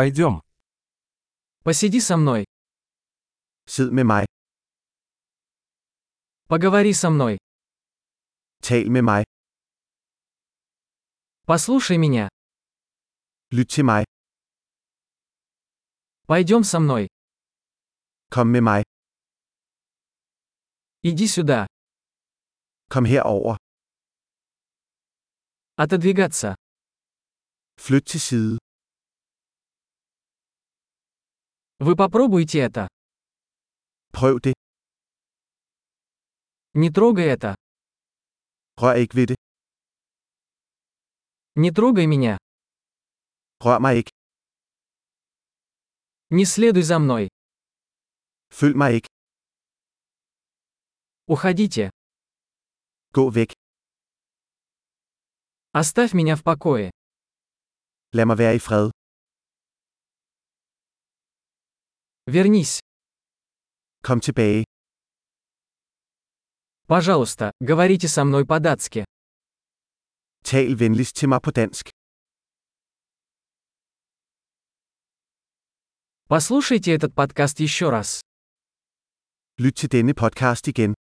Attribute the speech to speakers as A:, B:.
A: Пойдем.
B: Посиди со мной.
C: Sid med mig.
B: Поговори со мной.
C: Tal med mig.
B: Послушай меня.
C: Lyt til mig.
B: Пойдем со мной.
C: Kom med mig.
B: Иди сюда.
C: Kom herover.
B: Отодвигаться.
C: Flyt til side.
B: Вы попробуйте это.
C: Prøv det.
B: Не трогай это.
C: Rør ikke ved det.
B: Не трогай меня.
C: Rør mig ikke.
B: Не следуй за мной.
C: Følg mig ikke.
B: Уходите.
C: Gå væk.
B: Оставь меня в покое.
C: Lad mig være i fred.
B: Вернись.
C: Kom tilbage.
B: Пожалуйста, говорите со мной по-датски.
C: Tal venligst til mig på dansk.
B: Послушайте этот подкаст еще раз.
C: Lyt til denne podcast igen.